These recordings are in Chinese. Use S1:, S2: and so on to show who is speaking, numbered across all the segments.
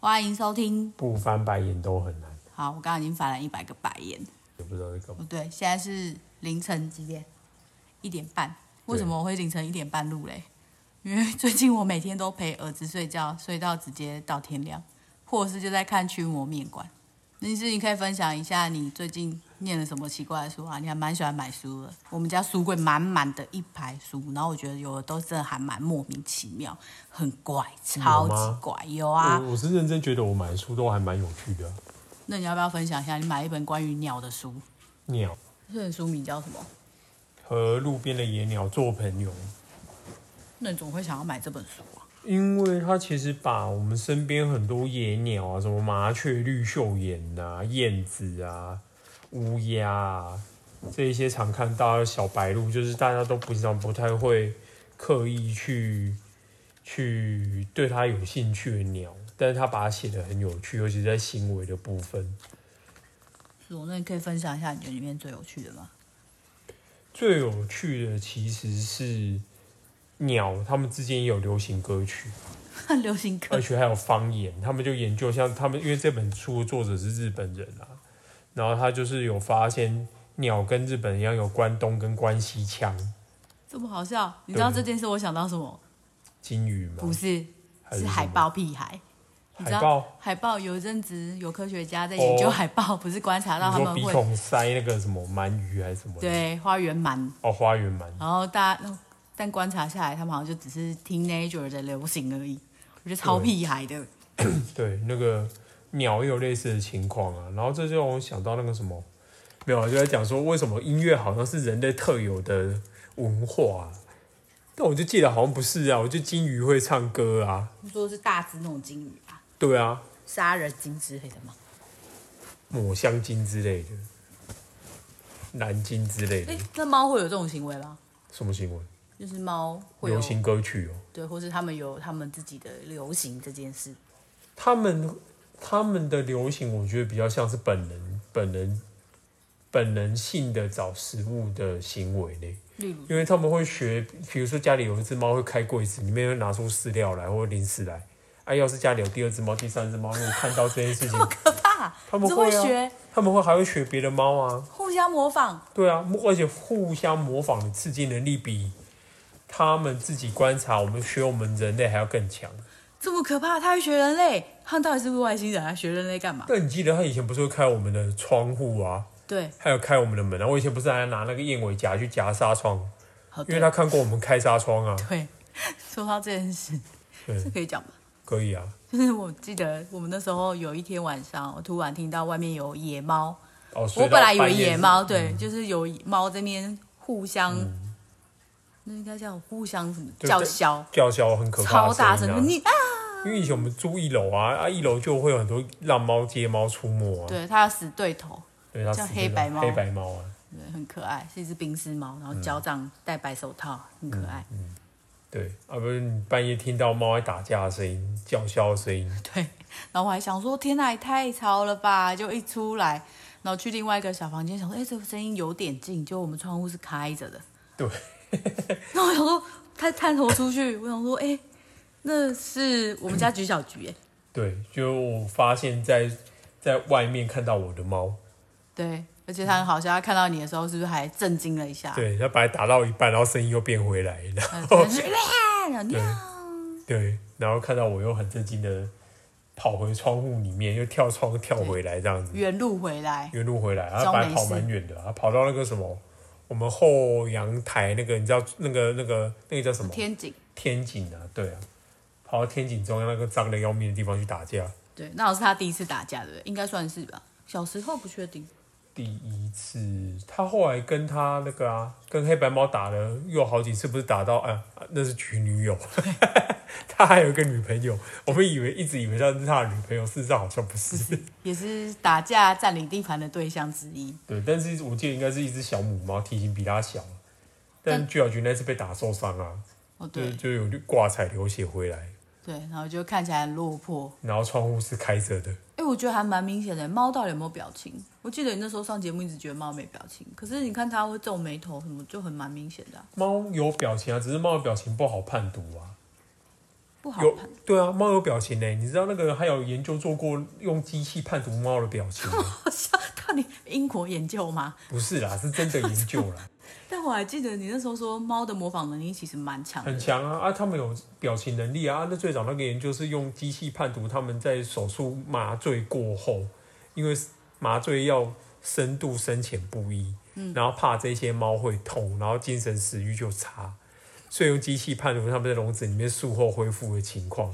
S1: 欢迎收听。
S2: 不翻白眼都很难，
S1: 好，我刚刚已经翻了一百个白眼。
S2: 也不知道在干嘛。
S1: 不对，现在是凌晨几点？一点半。为什么我会凌晨一点半录嘞？因为最近我每天都陪儿子睡觉，睡到直接到天亮，或者是就在看《驱魔面馆》。林师，你可以分享一下你最近念了什么奇怪的书啊？你还蛮喜欢买书的。我们家书柜满满的一排书，然后我觉得有的都真的还蛮莫名其妙，很怪，超级怪。有啊，
S2: 我我是认真觉得我买的书都还蛮有趣的啊。
S1: 那你要不要分享一下你买一本关于鸟的书？
S2: 鸟
S1: 这本书名叫什么？
S2: 和路边的野鸟做朋友，
S1: 那你怎么会想要买这本书啊？
S2: 因为它其实把我们身边很多野鸟啊，什么麻雀、绿袖眼啊、燕子啊、乌鸦啊，这一些常看到的小白鹭，就是大家都平常不太会刻意去去对它有兴趣的鸟，但是它把它写得很有趣，尤其在行为的部分。
S1: 是哦，那你可以分享一下你觉得里面最有趣的吗？
S2: 最有趣的其实是鸟，它们之间也有流行 歌曲，
S1: 流行歌
S2: 而且还有方言。他们就研究像他们，因为这本书的作者是日本人啊，然后他就是有发现鸟跟日本一样有关东跟关西腔，
S1: 这么好笑，你知道
S2: 对
S1: 这件事我想到什么？
S2: 金鱼嘛
S1: 不，是，
S2: 还
S1: 是
S2: 是什么
S1: 海豹屁孩。你知道
S2: 海豹，
S1: 海豹有一阵子有科学家在研究
S2: 哦
S1: 海豹，不是观察到他
S2: 你说
S1: 们
S2: 鼻
S1: 会
S2: 孔塞那个什么鳗鱼还是什么？，
S1: 对花园鳗，
S2: 哦，花园鳗。
S1: 然后大家但观察下来，他们好像就只是 teenager 的流行而已，我觉得超
S2: 对
S1: 屁孩的。
S2: 对，那个鸟也有类似的情况啊。然后这就让我想到那个什么，没有啊，就在讲说为什么音乐好像是人类特有的文化、啊，但我就记得好像不是啊。我就金鱼会唱歌啊，
S1: 你说的是大只那种金鱼啊，
S2: 对啊，
S1: 杀人鲸之类的吗？
S2: 抹香鲸之类的，蓝鲸之类的
S1: 诶，，那猫会有这种行为吗？
S2: 什么新闻？
S1: 就是猫会有
S2: 流行歌曲哦、
S1: 对，或是他们有他们自己的流行这件事。
S2: 他们他们的流行，我觉得比较像是本能本能本能性的找食物的行为嘞。
S1: 例如，
S2: 因为他们会学，比如说家里有一只猫会开柜子，里面会拿出饲料来或者零食来。啊，要是家里有第二只猫、第三只猫，如果看到这件事 情
S1: 好，可怕！
S2: 他们
S1: 只
S2: 会啊
S1: 学
S2: 他们会还会学别的猫啊，
S1: 互相模仿，
S2: 对啊，而且互相模仿的刺激能力比他们自己观察我们学我们人类还要更强。
S1: 这么可怕！他会学人类，他到底是不是外星人？他学人类干嘛？
S2: 但你记得他以前不是会开我们的窗户啊，
S1: 对，
S2: 还有开我们的门啊？我以前不是还拿那个燕尾夹去夹纱窗，
S1: 好，
S2: 因
S1: 对
S2: 为他看过我们开纱窗 啊，
S1: 对。说到这件事，
S2: 对
S1: 这可以讲吗？
S2: 可以啊。
S1: 就是我记得我们那时候有一天晚上，我突然听到外面有野猫，
S2: 哦，所以
S1: 我本来以
S2: 到
S1: 为
S2: 半夜嗯
S1: 野猫，对，就是有猫这边互相，那应该叫互相什么
S2: 对
S1: 叫
S2: 对
S1: 嚣，
S2: 叫嚣很可怕
S1: 超
S2: 的
S1: 大
S2: 声音啊
S1: 声，你啊！
S2: 因为以前我们住一楼啊，啊一楼就会有很多浪猫、街猫出没啊，
S1: 对，它要死对头，
S2: 对，它
S1: 叫
S2: 死
S1: 黑
S2: 对
S1: 白
S2: 头
S1: 猫
S2: 黑白猫啊，
S1: 对，很可爱，是一只冰丝猫，然
S2: 嗯
S1: 后脚掌戴白手套，很可爱。
S2: 对，啊不是你半夜听到猫在打架的声音、叫嚣的声音，
S1: 对，然后我还想说，天哪，也太吵了吧！就一出来，然后去另外一个小房间，想说，哎、这个声音有点近，就我们窗户是开着的。
S2: 对，
S1: 然后我想说，探探头出去，我想说，哎、那是我们家橘小橘、哎，
S2: 对，就我发现在在外面看到我的猫，
S1: 对，而且它很好笑，它看到你的时候，是不是还震惊了一下？
S2: 对，哦它本来打到一半，然后声音又变回来，然
S1: 嗯，
S2: 后
S1: 真的是然后喵
S2: 对，然后看到我又很震惊的跑回窗户里面，又跳窗跳回来这样子，
S1: 原路回来，
S2: 原路回来，他
S1: 装
S2: 本来
S1: 没
S2: 跑
S1: 事
S2: 蛮远的，他跑到那个什么，我们后阳台那个，你知道那个那个那个叫什么？
S1: 天井。
S2: 天井啊，对啊，跑到天井中央那个脏的要命的地方去打架，
S1: 对，那好像是他第一次打架，对不对？应该算是吧。小时候不确定。
S2: 第一次他后来跟他那个啊，跟黑白猫打了又好几次，不是打到啊，啊那是局女友， 他还有一个女朋友，我们以为一直以为他是他的女朋友，事实上好像不是。
S1: 也是打架占领地盘的对象之一。
S2: 对，但是我记得应该是一只小母猫，体型比它小，但
S1: 但
S2: 巨小君那次被打受伤啊。
S1: 哦，
S2: 就
S1: 对
S2: 就有挂彩流血回来，
S1: 对，然后就看起来很落魄。
S2: 然后窗户是开着的，
S1: 哎，我觉得还蛮明显的。猫到底有没有表情？我记得你那时候上节目一直觉得猫没表情，可是你看它会皱眉头什么，就很蛮明显的啊、
S2: 猫有表情啊，只是猫的表情不好判读啊。
S1: 不好
S2: 有
S1: 判。
S2: 对啊，猫有表情呢、你知道那个还有研究做过用机器判读猫的表情 吗，
S1: 好像到底英国研究吗？
S2: 不是啦，是真的研究啦，
S1: 但我还记得你那时候说猫的模仿能力其实蛮强的
S2: 很，强啊啊，他们有表情能力啊啊，那最早那个研究是用机器判读他们在手术麻醉过后，因为麻醉药深度深浅不一，然后怕这些猫会痛，然后精神食欲就差，所以用机器判读他们在笼子里面术后恢复的情况。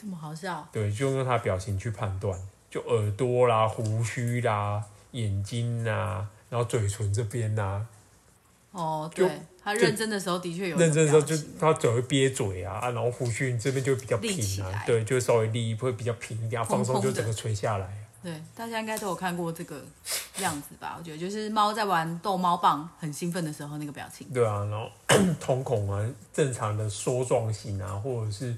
S1: 这么好笑。
S2: 对，就用他表情去判断，就耳朵啦、胡须啦、眼睛啦，然后嘴唇这边啊啦，
S1: 哦，
S2: 就
S1: 对，他认真的时候的确有一个
S2: 认真的时候
S1: 表
S2: 就
S1: 情
S2: 他嘴会憋嘴啊，啊然后胡须这边就会比较
S1: 立起
S2: 平啊
S1: 来，
S2: 对，就会稍微立会比较平一点，啊
S1: 蓬
S2: 放松
S1: 蓬
S2: 就
S1: 的
S2: 整个垂下来啊。
S1: 对，大家应该都有看过这个样子吧？我觉得就是猫在玩逗猫棒很兴奋的时候那个表情。
S2: 对啊，然后 瞳孔啊，正常的梭状型啊，或者是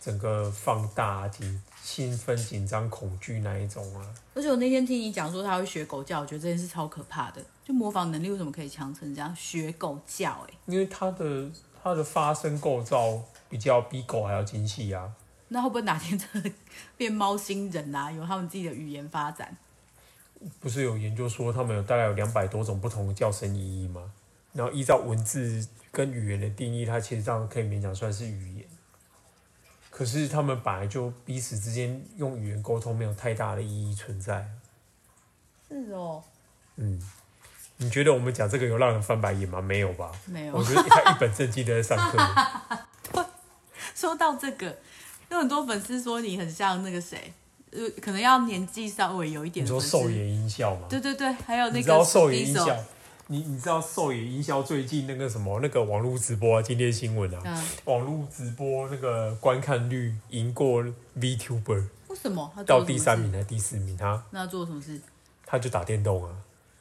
S2: 整个放大啊、紧兴奋、紧张、恐惧那一种啊，
S1: 而且我那天听你讲说它会学狗叫，我觉得这件事超可怕的。就模仿能力为什么可以强成这样？学狗叫、哎，
S2: 因为它的它的发声构造比较比狗还要精细啊。
S1: 那会不会哪天真的变猫星人啊？有他们自己的语言发展？
S2: 不是有研究说他们有大概有两百多种不同的叫声意义吗？然后依照文字跟语言的定义，它其实这样可以勉强算是语言。可是他们本来就彼此之间用语言沟通没有太大的意义存在。
S1: 是哦，
S2: 嗯，你觉得我们讲这个有让人翻白眼吗？没有吧？
S1: 没有
S2: 我。觉得他一本正经的在上课。
S1: 说到这个，有很多粉丝说你很像那个谁，呃，可能要年纪稍微有一点
S2: 你
S1: 的
S2: 说
S1: 粉丝。
S2: 兽爷音效吗？
S1: 对对对，还有那
S2: 你知
S1: 个
S2: 道兽爷音
S1: Diesel
S2: 效？你你知道兽爷音效最近那个什么那个网络直播啊，今天的新闻啊，
S1: 嗯，
S2: 网络直播那个观看率赢过 VTuber
S1: 为什么他做
S2: 到
S1: 了什么
S2: 第
S1: 事
S2: 三？名还是第四名，他
S1: 那他做了哦什么事？
S2: 他就打电动啊，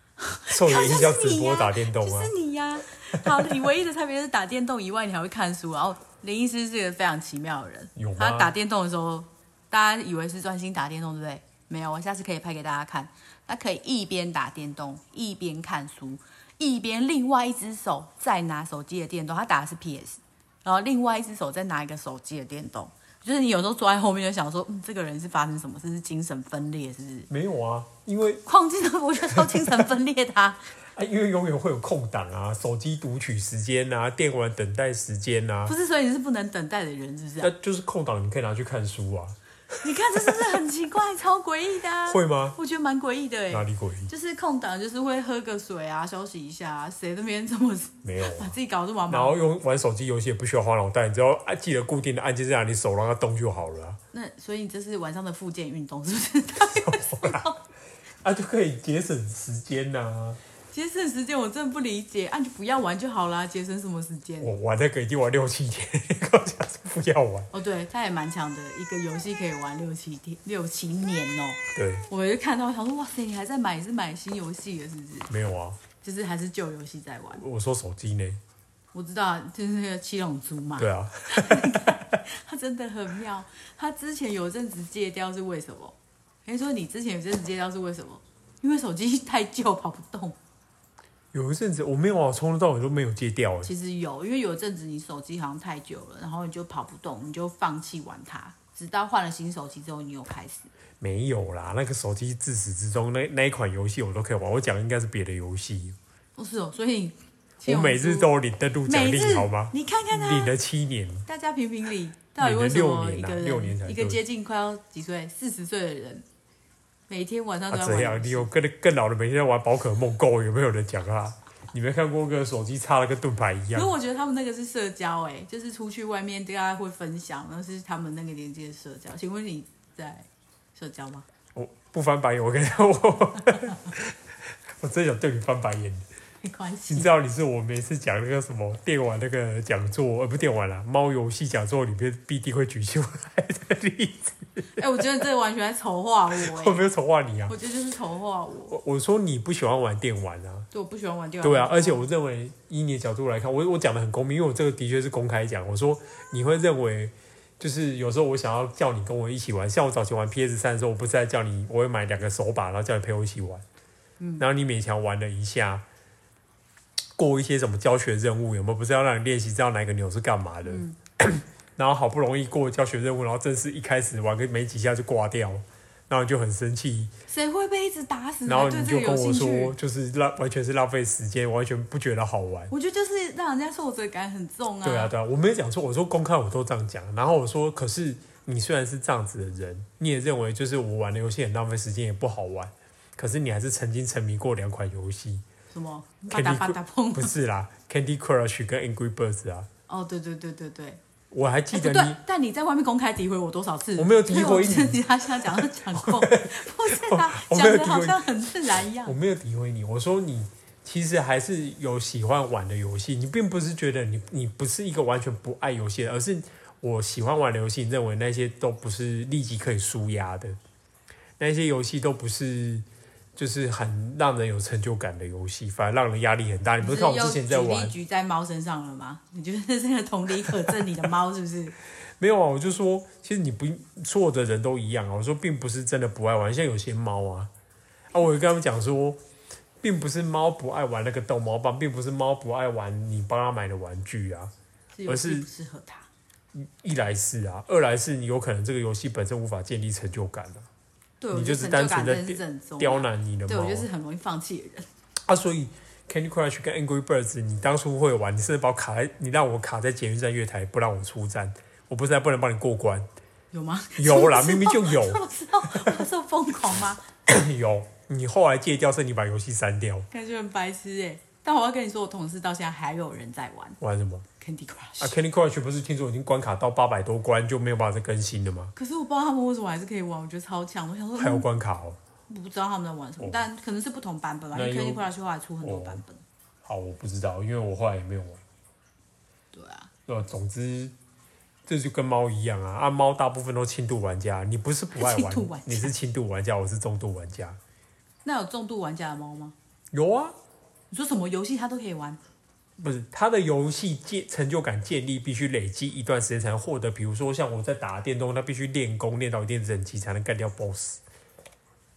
S2: 受人影响直播打电动
S1: 就
S2: 啊
S1: 是，你呀、好，你唯一的差别就是打电动以外，你还会看书。然后林医师是个非常奇妙的人
S2: 有，吗
S1: 他打电动的时候，大家以为是专心打电动，对不对？没有，我下次可以拍给大家看。他可以一边打电动，一边看书，一边另外一只手再拿手机的电动。他打的是 PS，然后另外一只手再拿一个手机的电动。就是你有时候坐在后面就想说，嗯，这个人是发生什么事？是精神分裂是不是？
S2: 没有啊，因为
S1: 矿机的我觉得超精神分裂的、啊。
S2: 啊因为永远会有空档啊，手机读取时间啊，电玩等待时间啊
S1: 不，是，所以你是不能等待的人，是不是啊、
S2: 那就是空档，你可以拿去看书啊，
S1: 你看这是不是很奇怪，超诡异的、啊？
S2: 会吗？
S1: 我觉得蛮诡异的
S2: 哪
S1: 哎，
S2: 里诡异？
S1: 就是空档就是会喝个水啊，休息一下、啊，谁那边这么
S2: 没有
S1: 把
S2: 啊。
S1: 自己搞这么
S2: 然
S1: 忙？
S2: 后用玩手机游戏也不需要花脑袋，你只要按记得固定的按键在哪里，手让它动就好了啊。
S1: 那所以你这是晚上的复健运动，是不是？
S2: 啊，就可以节省时间呐、啊
S1: 节省时间我真的不理解，啊，你就不要玩就好啦，节省什么时间？
S2: 我玩那个已经玩六七 天，你跟我讲是不要玩。
S1: 哦，对，他也蛮强的，一个游戏可以玩六七天、六七年哦。
S2: 对，
S1: 我就看到，我想说，哇塞，你还在买，你是买新游戏了是不是？
S2: 没有啊，
S1: 就是还是旧游戏在玩。
S2: 我说手机呢？
S1: 我知道，就是那个七龙珠嘛。
S2: 对啊，
S1: 他真的很妙。他之前有阵子戒掉是为什么？人说你之前有阵子戒掉是为什么？因为手机太旧跑不动。
S2: 有一阵子我没有啊，从头到尾都没有戒掉哎。
S1: 其实有，因为有阵子你手机好像太久了，然后你就跑不动，你就放弃玩它，直到换了新手机之后，你又开始。
S2: 没有啦，那个手机自始至终那那一款游戏我都可以玩。我讲应该是别的游戏，
S1: 不是哦，所以
S2: 我每日都有领登录奖
S1: 每
S2: 励，
S1: 日
S2: 好吗？
S1: 你看看
S2: 领
S1: 他，
S2: 了七年，
S1: 大家评评理，到底为什么一个
S2: 六年才
S1: 人，
S2: 对
S1: 一个接近快要几岁，四十岁的人，每天晚上都
S2: 啊，
S1: 在
S2: 怎
S1: 玩
S2: 样？
S1: 游
S2: 你
S1: 戏？
S2: 有更更老的每天在玩宝可梦 Go，有没有人讲啊？你没看过那个手机插了跟盾牌一
S1: 可是
S2: 样？
S1: 我觉得他们那个是社交、哎，就是出去外面大家会分享，那是他们那个年纪的社交。请问你在社交吗？
S2: 我不翻白眼，我跟你讲，我我真想对你翻白眼。
S1: 没关系
S2: 你，知道你是我每次讲那个什么电玩那个讲座，呃，不是电玩啦，猫游戏讲座里面必定会举出来的例子。
S1: 哎、我觉得这完全在丑化我、
S2: 我
S1: 哎，
S2: 没有丑化你啊
S1: 我，觉得就是丑化我。
S2: 我我说你不喜欢玩电玩啊，
S1: 对，我不喜欢玩电玩。
S2: 对啊，而且我认为以你的角度来看，我我讲的很公平，因为我这个的确是公开讲，我说你会认为。就是有时候我想要叫你跟我一起玩，像我早前玩 PS 三的时候，我不是在叫你，我会买两个手把，然后叫你陪我一起玩，
S1: 嗯
S2: 然后你勉强玩了一下，过一些什么教学任务，有没有？不是要让你练习知道哪个钮是干嘛的，
S1: 嗯，
S2: 然后好不容易过教学任务，然后正式一开始玩个没几下就挂掉，然后你就很生气，
S1: 谁会被一直打死？啊
S2: 然后
S1: 嗯对
S2: 你
S1: 这
S2: 就
S1: 个
S2: 跟
S1: 有兴
S2: 我
S1: 趣？
S2: 说，就是浪完全是浪费时间，完全不觉得好玩。
S1: 我觉得就是让人家挫折感很重啊。
S2: 对啊，对啊，我没有讲错，我说公开我都这样讲。然后我说，可是你虽然是这样子的人，你也认为就是我玩的游戏很浪费时间，也不好玩。可是你还是曾经沉迷过两款游戏，
S1: 什么吧嗒
S2: Candy
S1: 吧嗒碰
S2: 不？是啦，Candy Crush 跟 Angry Birds 啊。
S1: 哦，对对对对对。
S2: 我还记
S1: 哎，
S2: 得
S1: 不
S2: 你，
S1: 对，但你在外面公开诋毁我多少次？
S2: 我没有诋毁你
S1: 所以我觉得他现在讲要讲够， 不是啊，
S2: 我没
S1: 讲
S2: 有
S1: 的
S2: 诋毁你
S1: 好像很自然一样
S2: 我。没有诋毁你，我说你其实还是有喜欢玩的游戏，你并不是觉得你你不是一个完全不爱游戏的，而是我喜欢玩的游戏，认为那些都不是立即可以舒压的，那些游戏都不是。就是很让人有成就感的游戏，反而让人压力很大。你不是看我
S1: 又
S2: 之前在
S1: 举
S2: 玩
S1: 例，举在猫身上了吗？ 你觉得这个同理可证你的猫是不 是？
S2: 没有啊，我就说，其实你不所有的人都一样啊。我说，并不是真的不爱玩，像有些猫啊，啊，我就跟他们讲说，并不是猫不爱玩那个逗猫棒，并不是猫不爱玩你帮它买的玩具啊。
S1: 是游戏
S2: 而是
S1: 不适合它。
S2: 一来是啊，二来是你有可能这个游戏本身无法建立成就感啊，
S1: 对，
S2: 你
S1: 我觉
S2: 就
S1: 得
S2: 是
S1: 成
S2: 单
S1: 就感
S2: 纯地
S1: 真的是很重
S2: 刁
S1: 要。
S2: 难你的
S1: 对，
S2: 猫
S1: 我就是很容易放弃的人。
S2: 啊。所以 Candy Crush 跟 Angry Birds，你当初会玩，你甚至把我卡在，你让我卡在捷运站月台，不让我出站，我不是还不能帮你过关？
S1: 有吗？
S2: 有啦，明明就有。
S1: 我知道，我这么疯狂吗？
S2: 有，你后来戒掉是你把游戏删掉，
S1: 感觉很白痴哎、但我要跟你说，我同事到现在还有人在玩
S2: 玩什么
S1: Candy
S2: 啊
S1: Crush，、
S2: ？Candy Crush 不是听说已经关卡到八百多关就没有办法再更新了吗？
S1: 可是我不知道他们为什么还是可以玩，我觉得超强。我想说，
S2: 还有
S1: 嗯
S2: 关卡哦，
S1: 不知道他们在玩什么，
S2: 哦
S1: 但可能是不同版本吧，因为
S2: 那哦
S1: Candy
S2: 有
S1: Crush 后来出很多版本。
S2: 好，我不知道，因为我后来也没有玩。
S1: 对啊，
S2: 对吧？总之，这就跟猫一样啊，啊，猫大部分都轻度玩家，你不是不爱
S1: 轻
S2: 玩
S1: 度玩，
S2: 你
S1: 家
S2: 是轻度玩家，我是重度玩家。
S1: 那有重度玩家的猫吗？
S2: 有啊，
S1: 你说什么游戏它都可以玩？
S2: 不是他的游戏建成就感建立必须累积一段时间才能获得，比如说像我在打电动，那必须练功练到一定等级才能干掉 BOSS。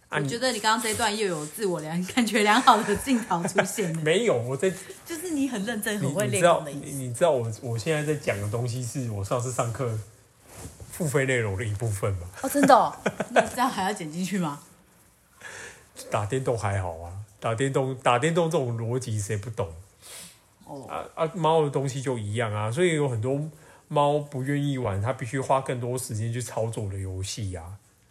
S2: 啊，
S1: 我
S2: 你
S1: 觉得你刚刚这一段又有自我良 感觉良好的镜头出现了，
S2: 没有，我在
S1: 就是你很认真、
S2: 你
S1: 很会
S2: 你
S1: 练
S2: 知道
S1: 功的意
S2: 你
S1: 思。
S2: 你知道我我现在在讲的东西是我上次上课付费内容的一部分嘛？
S1: 哦，真的、哦？ 那这样还要剪进去吗？
S2: 打电动还好啊，打电动打电动这种逻辑谁不懂
S1: 哦，
S2: 啊？啊，猫的东西就一样啊，所以有很多猫不愿意玩，它必须花更多时间去操作的游戏呀。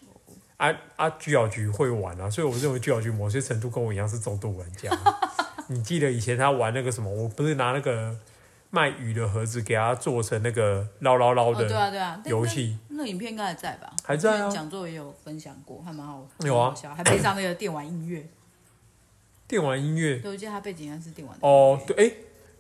S1: 哦
S2: 啊啊，居小局会玩啊，所以我认为居小局某些程度跟我一样是重度玩 家。你记得以前他玩那个什么？我不是拿那个卖鱼的盒子给他做成那个捞捞捞
S1: 哦，
S2: 的
S1: 对啊，对啊，但
S2: 游戏
S1: 那那影片应该还在吧？
S2: 还在
S1: 之
S2: 啊
S1: 前讲座也有分享过，还蛮好玩，
S2: 有啊
S1: 蛮好笑还配上那个电玩音乐。
S2: 电玩音乐
S1: 对，我记得它背景应该是电玩的。
S2: 哦，对，诶，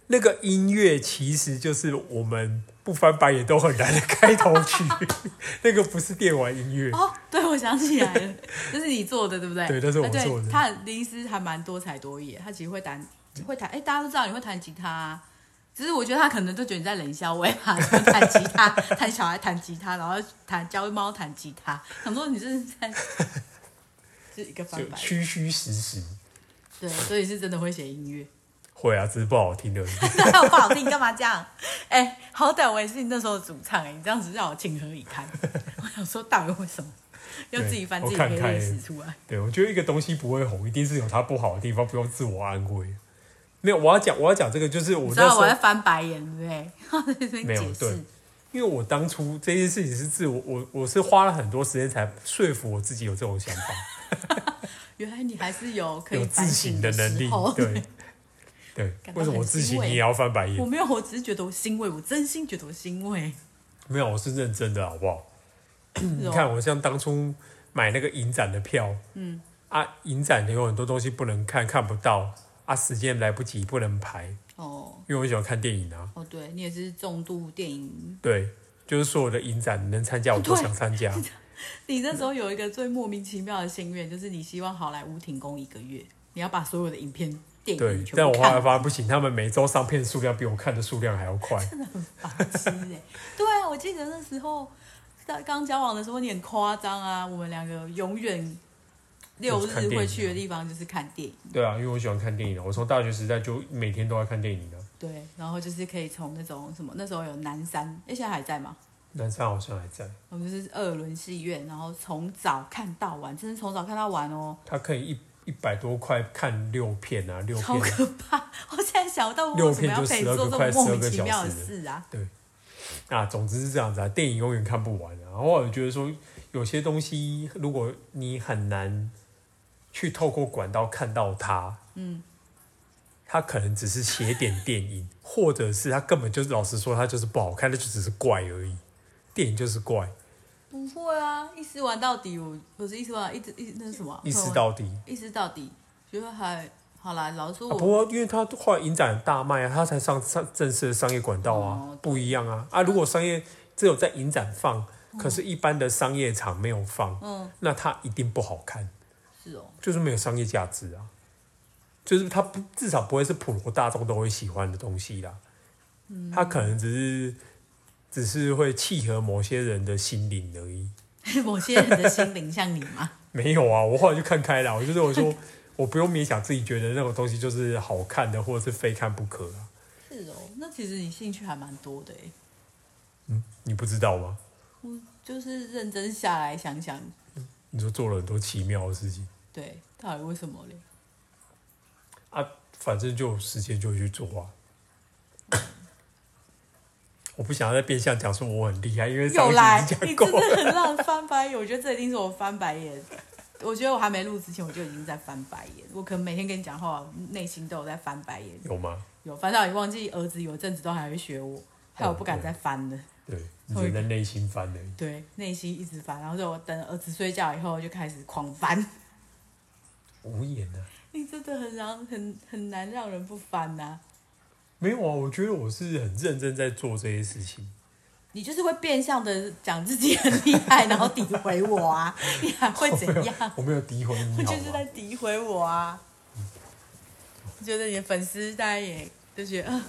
S2: 那个音乐其实就是我们不翻白眼都很难的开头曲， 那个不是电玩音乐，
S1: 哦，对，我想起来 了，这是你做的，对不对？
S2: 对那是我
S1: 啊
S2: 做的
S1: 他林师还蛮多才多艺的，他其实会弹，会弹。哎，大家都知道你会弹吉他、啊，只是我觉得他可能都觉得你在冷笑话 吧，就弹吉 他，弹小孩弹吉他，然后弹教猫弹吉他，想说你这是在 是一个翻
S2: 就
S1: 白眼。
S2: 虚虚实实。
S1: 对，所以是真的会写音乐。
S2: 会啊，只是不好听而已。
S1: 那还有不好听，你干嘛这样？哎、好歹我也是你那时候的主唱、哎，你这样子让我情何以 堪？我想说，到底为什么要自己翻自己
S2: 对我
S1: 黑
S2: 看开
S1: 历史出来？
S2: 对，我觉得一个东西不会红，一定是有它不好的地方，不用自我安慰。没有，我要讲，我要讲这个，就是我
S1: 你知
S2: 那时
S1: 道
S2: 候
S1: 我在翻白眼，对不对？ 在这
S2: 没
S1: 边
S2: 有
S1: 解
S2: 对
S1: 释，，
S2: 因为我当初这件事情是自我，我我是花了很多时间才说服我自己有这种 想法。
S1: 原来你还是有可以
S2: 有自
S1: 反
S2: 省
S1: 省
S2: 的
S1: 时
S2: 能力
S1: 候。，
S2: 对对，
S1: 感到
S2: 为什么
S1: 很
S2: 自
S1: 欣
S2: 省
S1: 慰嗯
S2: 你也要翻 白
S1: 我
S2: 眼？
S1: 没有，我只是觉得我欣慰，我真心觉得我欣慰。
S2: 没有，我是认真的，好不好？
S1: 你
S2: 你嗯看，我像当初买那个影展的票，嗯，啊，影展有很多东西不能看，看不到啊，时间来不及，不能排，
S1: 哦
S2: 因为我喜欢看电影啊，
S1: 哦，对你也是重度电影，
S2: 对，就是所有的影展能参加我都
S1: 对
S2: 想 参加，
S1: 你那时候有一个最莫名其妙的心愿，就是你希望好莱坞停工一个月，你要把所有的影片电
S2: 对
S1: 影，全
S2: 但
S1: 部
S2: 我后
S1: 看
S2: 来
S1: 完。
S2: 发现不行，他们每周上片数量比我看的数量还要快，
S1: 白痴哎、 对啊，我记得那时候在刚交往的时候，你很夸张啊，我们两个永远六日会去的地方就是看电影，
S2: 对啊，因为我喜欢看电影啊，我从大学时代就每天都在看电影的，啊
S1: 对，然后就是可以从那种什么那时候有南山，哎、现在还在吗？
S2: 南山好像还在，
S1: 我们就是二轮戏院，然后从早看到晚，真是从早看到晚哦，
S2: 它可以一一百多块看六片啊，六
S1: 超
S2: 片
S1: 可怕！ 我现在想到为
S2: 六
S1: 什么
S2: 片
S1: 要
S2: 就
S1: 陪你
S2: 12
S1: 做这种
S2: 个快
S1: 莫
S2: 12
S1: 名
S2: 个
S1: 其
S2: 小
S1: 妙的
S2: 时
S1: 事啊？
S2: 啊，总之是这样子啊，电影永远看不完啊。然后我觉得说，有些东西如果你很难去透过管道看到它，嗯，它可能只是写点电影，或者是它根本就是老实说，它就是不好看，它就只是怪而已。电影就是怪，
S1: 不会啊，一直玩到底，我不是一直玩到，一直一直那是什么啊？
S2: 一丝到底。
S1: 一直到底，觉得还好啦。老实说
S2: 啊、
S1: 我，
S2: 不过，因为它后来影展大卖啊，它才上上正式的商业管道啊，
S1: 哦
S2: 不一样啊啊！如果商业只有在影展放，可是一般的商业场没有放，
S1: 嗯，
S2: 那它一定不好看。
S1: 是哦，
S2: 就是没有商业价值啊，就是它不至少不会是普罗大众都会喜欢的东西啦。它可能只是只是会契合某些人的心灵而已。
S1: 某些人的心灵像你 嘛，
S2: 没有啊，我后来就看开了，我就是 我说我不用勉强自己觉得那种东西就是好看的，或者是非看不可啊。
S1: 是哦。那其实你兴趣还蛮多的诶，
S2: 你不知道吗？
S1: 我就是认真下来想想，
S2: 你说做了很多奇妙的事情
S1: 对，到底为什么嘞？
S2: 啊，反正就有时间就会去做啊。 我不想要再变相讲说我很厉害，因为上
S1: 又
S2: 一
S1: 来
S2: 集已，经
S1: 你
S2: 讲过
S1: 真
S2: 了。
S1: 的很让人翻白眼。我觉得这一定是我翻白眼。我觉得我还没录之前，我就已经在翻白眼。我可能每天跟你讲话，内心都有在翻白眼。
S2: 有吗？
S1: 有翻到你忘记，儿子有阵子都还会学我，害我不敢再翻了。
S2: 对，你
S1: 会
S2: 只能内心翻而已。
S1: 对，内心一直翻，然后所以我等儿子睡觉以后就开始狂翻。
S2: 无言啊，
S1: 你真的很让很很难让人不翻呐、
S2: 没有啊，我觉得我是很认真在做这些事情。
S1: 你就是会变相的讲自己很厉害，然后诋毁我啊，你还会 怎样？
S2: 我没有诋毁
S1: 我
S2: 你，
S1: 就是
S2: 好
S1: 在
S2: 吗？
S1: 诋毁我啊！我觉得你的粉丝大家也就觉得，呃、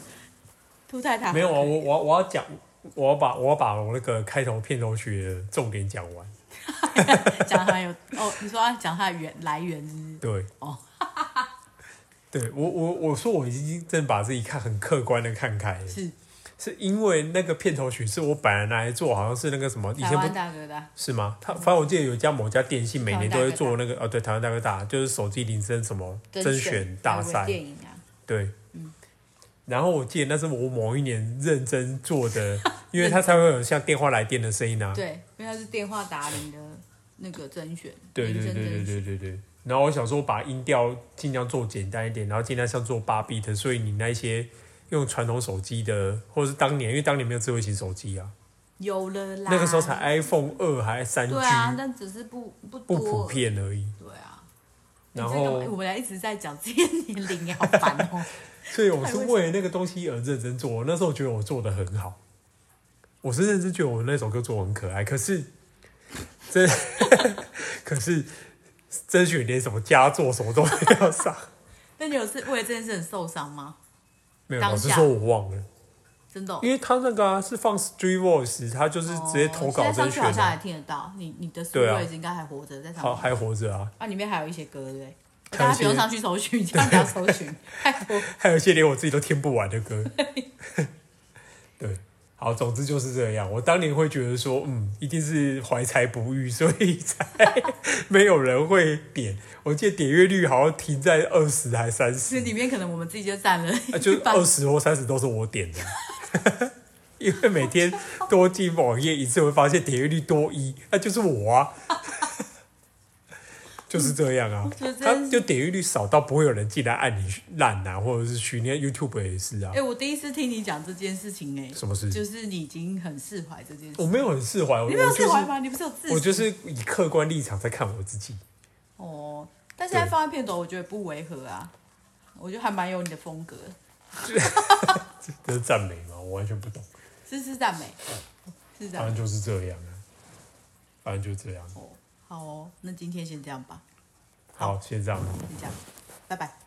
S1: 兔太太
S2: 没有啊，我我我要讲，我要把我要把我那个开头片头曲的重点讲完。
S1: 讲他有哦，你说要讲他的源来源是不是
S2: 对，
S1: 哦，
S2: 对我我我说我已经真的把自己看很客观的看开了，
S1: 是
S2: 是因为那个片头曲是我本来拿来做，好像是那个什么以
S1: 台
S2: 前不
S1: 湾大哥的，啊
S2: 是吗？他反正我记得有一家某家电信每年都会做那个哦，对，台湾大哥大就是手机铃声什么甄选大
S1: 台
S2: 赛
S1: 湾，电影啊，
S2: 对，然后我记得那是我某一年认真做 的，因为它才会有像电话来电的声音啊。
S1: 对，因为他是电话打铃的那个甄选，
S2: 对对
S1: 铃
S2: 对
S1: 声甄选
S2: 对对对对。然后我想说把音调尽量做简单一点，然后尽量像做八 bit，所以你那一些用传统手机的，或者是当年，因为当年没有智慧型手机啊，
S1: 有了啦，
S2: 那个时候才 iPhone 二还三 G，、
S1: 对啊，但只是不不
S2: 不
S1: 多
S2: 普，遍而已。
S1: 对啊。
S2: 然
S1: 你在干嘛
S2: 后，
S1: 我俩一直在讲这些年龄，好烦哦。
S2: 所以我是为了那个东西而认真做。我那时候觉得我做的很好，我是认真觉得我那首歌做得很可爱。可是，真 可是甄选连什么佳作什么都没 有上，
S1: 那你有是为了这件事很受伤吗？
S2: 没有。
S1: 当
S2: 老师
S1: 下
S2: 说我忘了，
S1: 真的哦、
S2: 因为他那个、啊、是放 Street Voice，他就是直接投稿
S1: 哦现在上
S2: 甄
S1: 去
S2: 选、
S1: 好像还
S2: 啊，
S1: 听得到，你你的书
S2: 对啊
S1: 位置应该还活着在上
S2: 好
S1: 面。
S2: 还活着啊。
S1: 啊，里面还有一些歌，对不对？
S2: 还有
S1: 大
S2: 一
S1: 家
S2: 些
S1: 不用上去搜寻，这样不要搜寻，太多。
S2: 还有一些连我自己都听不完的歌。对，好，总之就是这样。我当年会觉得说，嗯，一定是怀才不遇，所以才没有人会点。我记得点阅率好像停在二十还三
S1: 所以
S2: 十，
S1: 里面可能我们自己就占了
S2: 啊，
S1: 一
S2: 就
S1: 半
S2: 二。十或三十都是我点的。 因为每天多进网页一次，会发现点阅率多一，那就是我啊， 就是这样啊
S1: 觉得。真
S2: 他
S1: 是
S2: 就点阅率少到不会有人进来按你烂啊，或者是虚，你看 YouTube 也是啊
S1: 哎、。我第一次听你讲这件事情、哎，
S2: 什么事
S1: 就是你已经很释怀这件
S2: 我
S1: 事。
S2: 没有很释怀，我
S1: 你没有
S2: 我
S1: 释
S2: 就是
S1: 怀吗？你不是有自
S2: 我就是以客观立场在看我自己。
S1: 哦，但现在放在片头，我觉得不违和啊，我觉得还蛮有你的风格，
S2: 这是赞美吗？我完全不懂。
S1: 这是赞美，是赞
S2: 反
S1: 美
S2: 正。就是这样啊，反正就这样。
S1: 哦，好哦，那今天先这样吧，
S2: 好，先这样。
S1: 先这样，拜拜。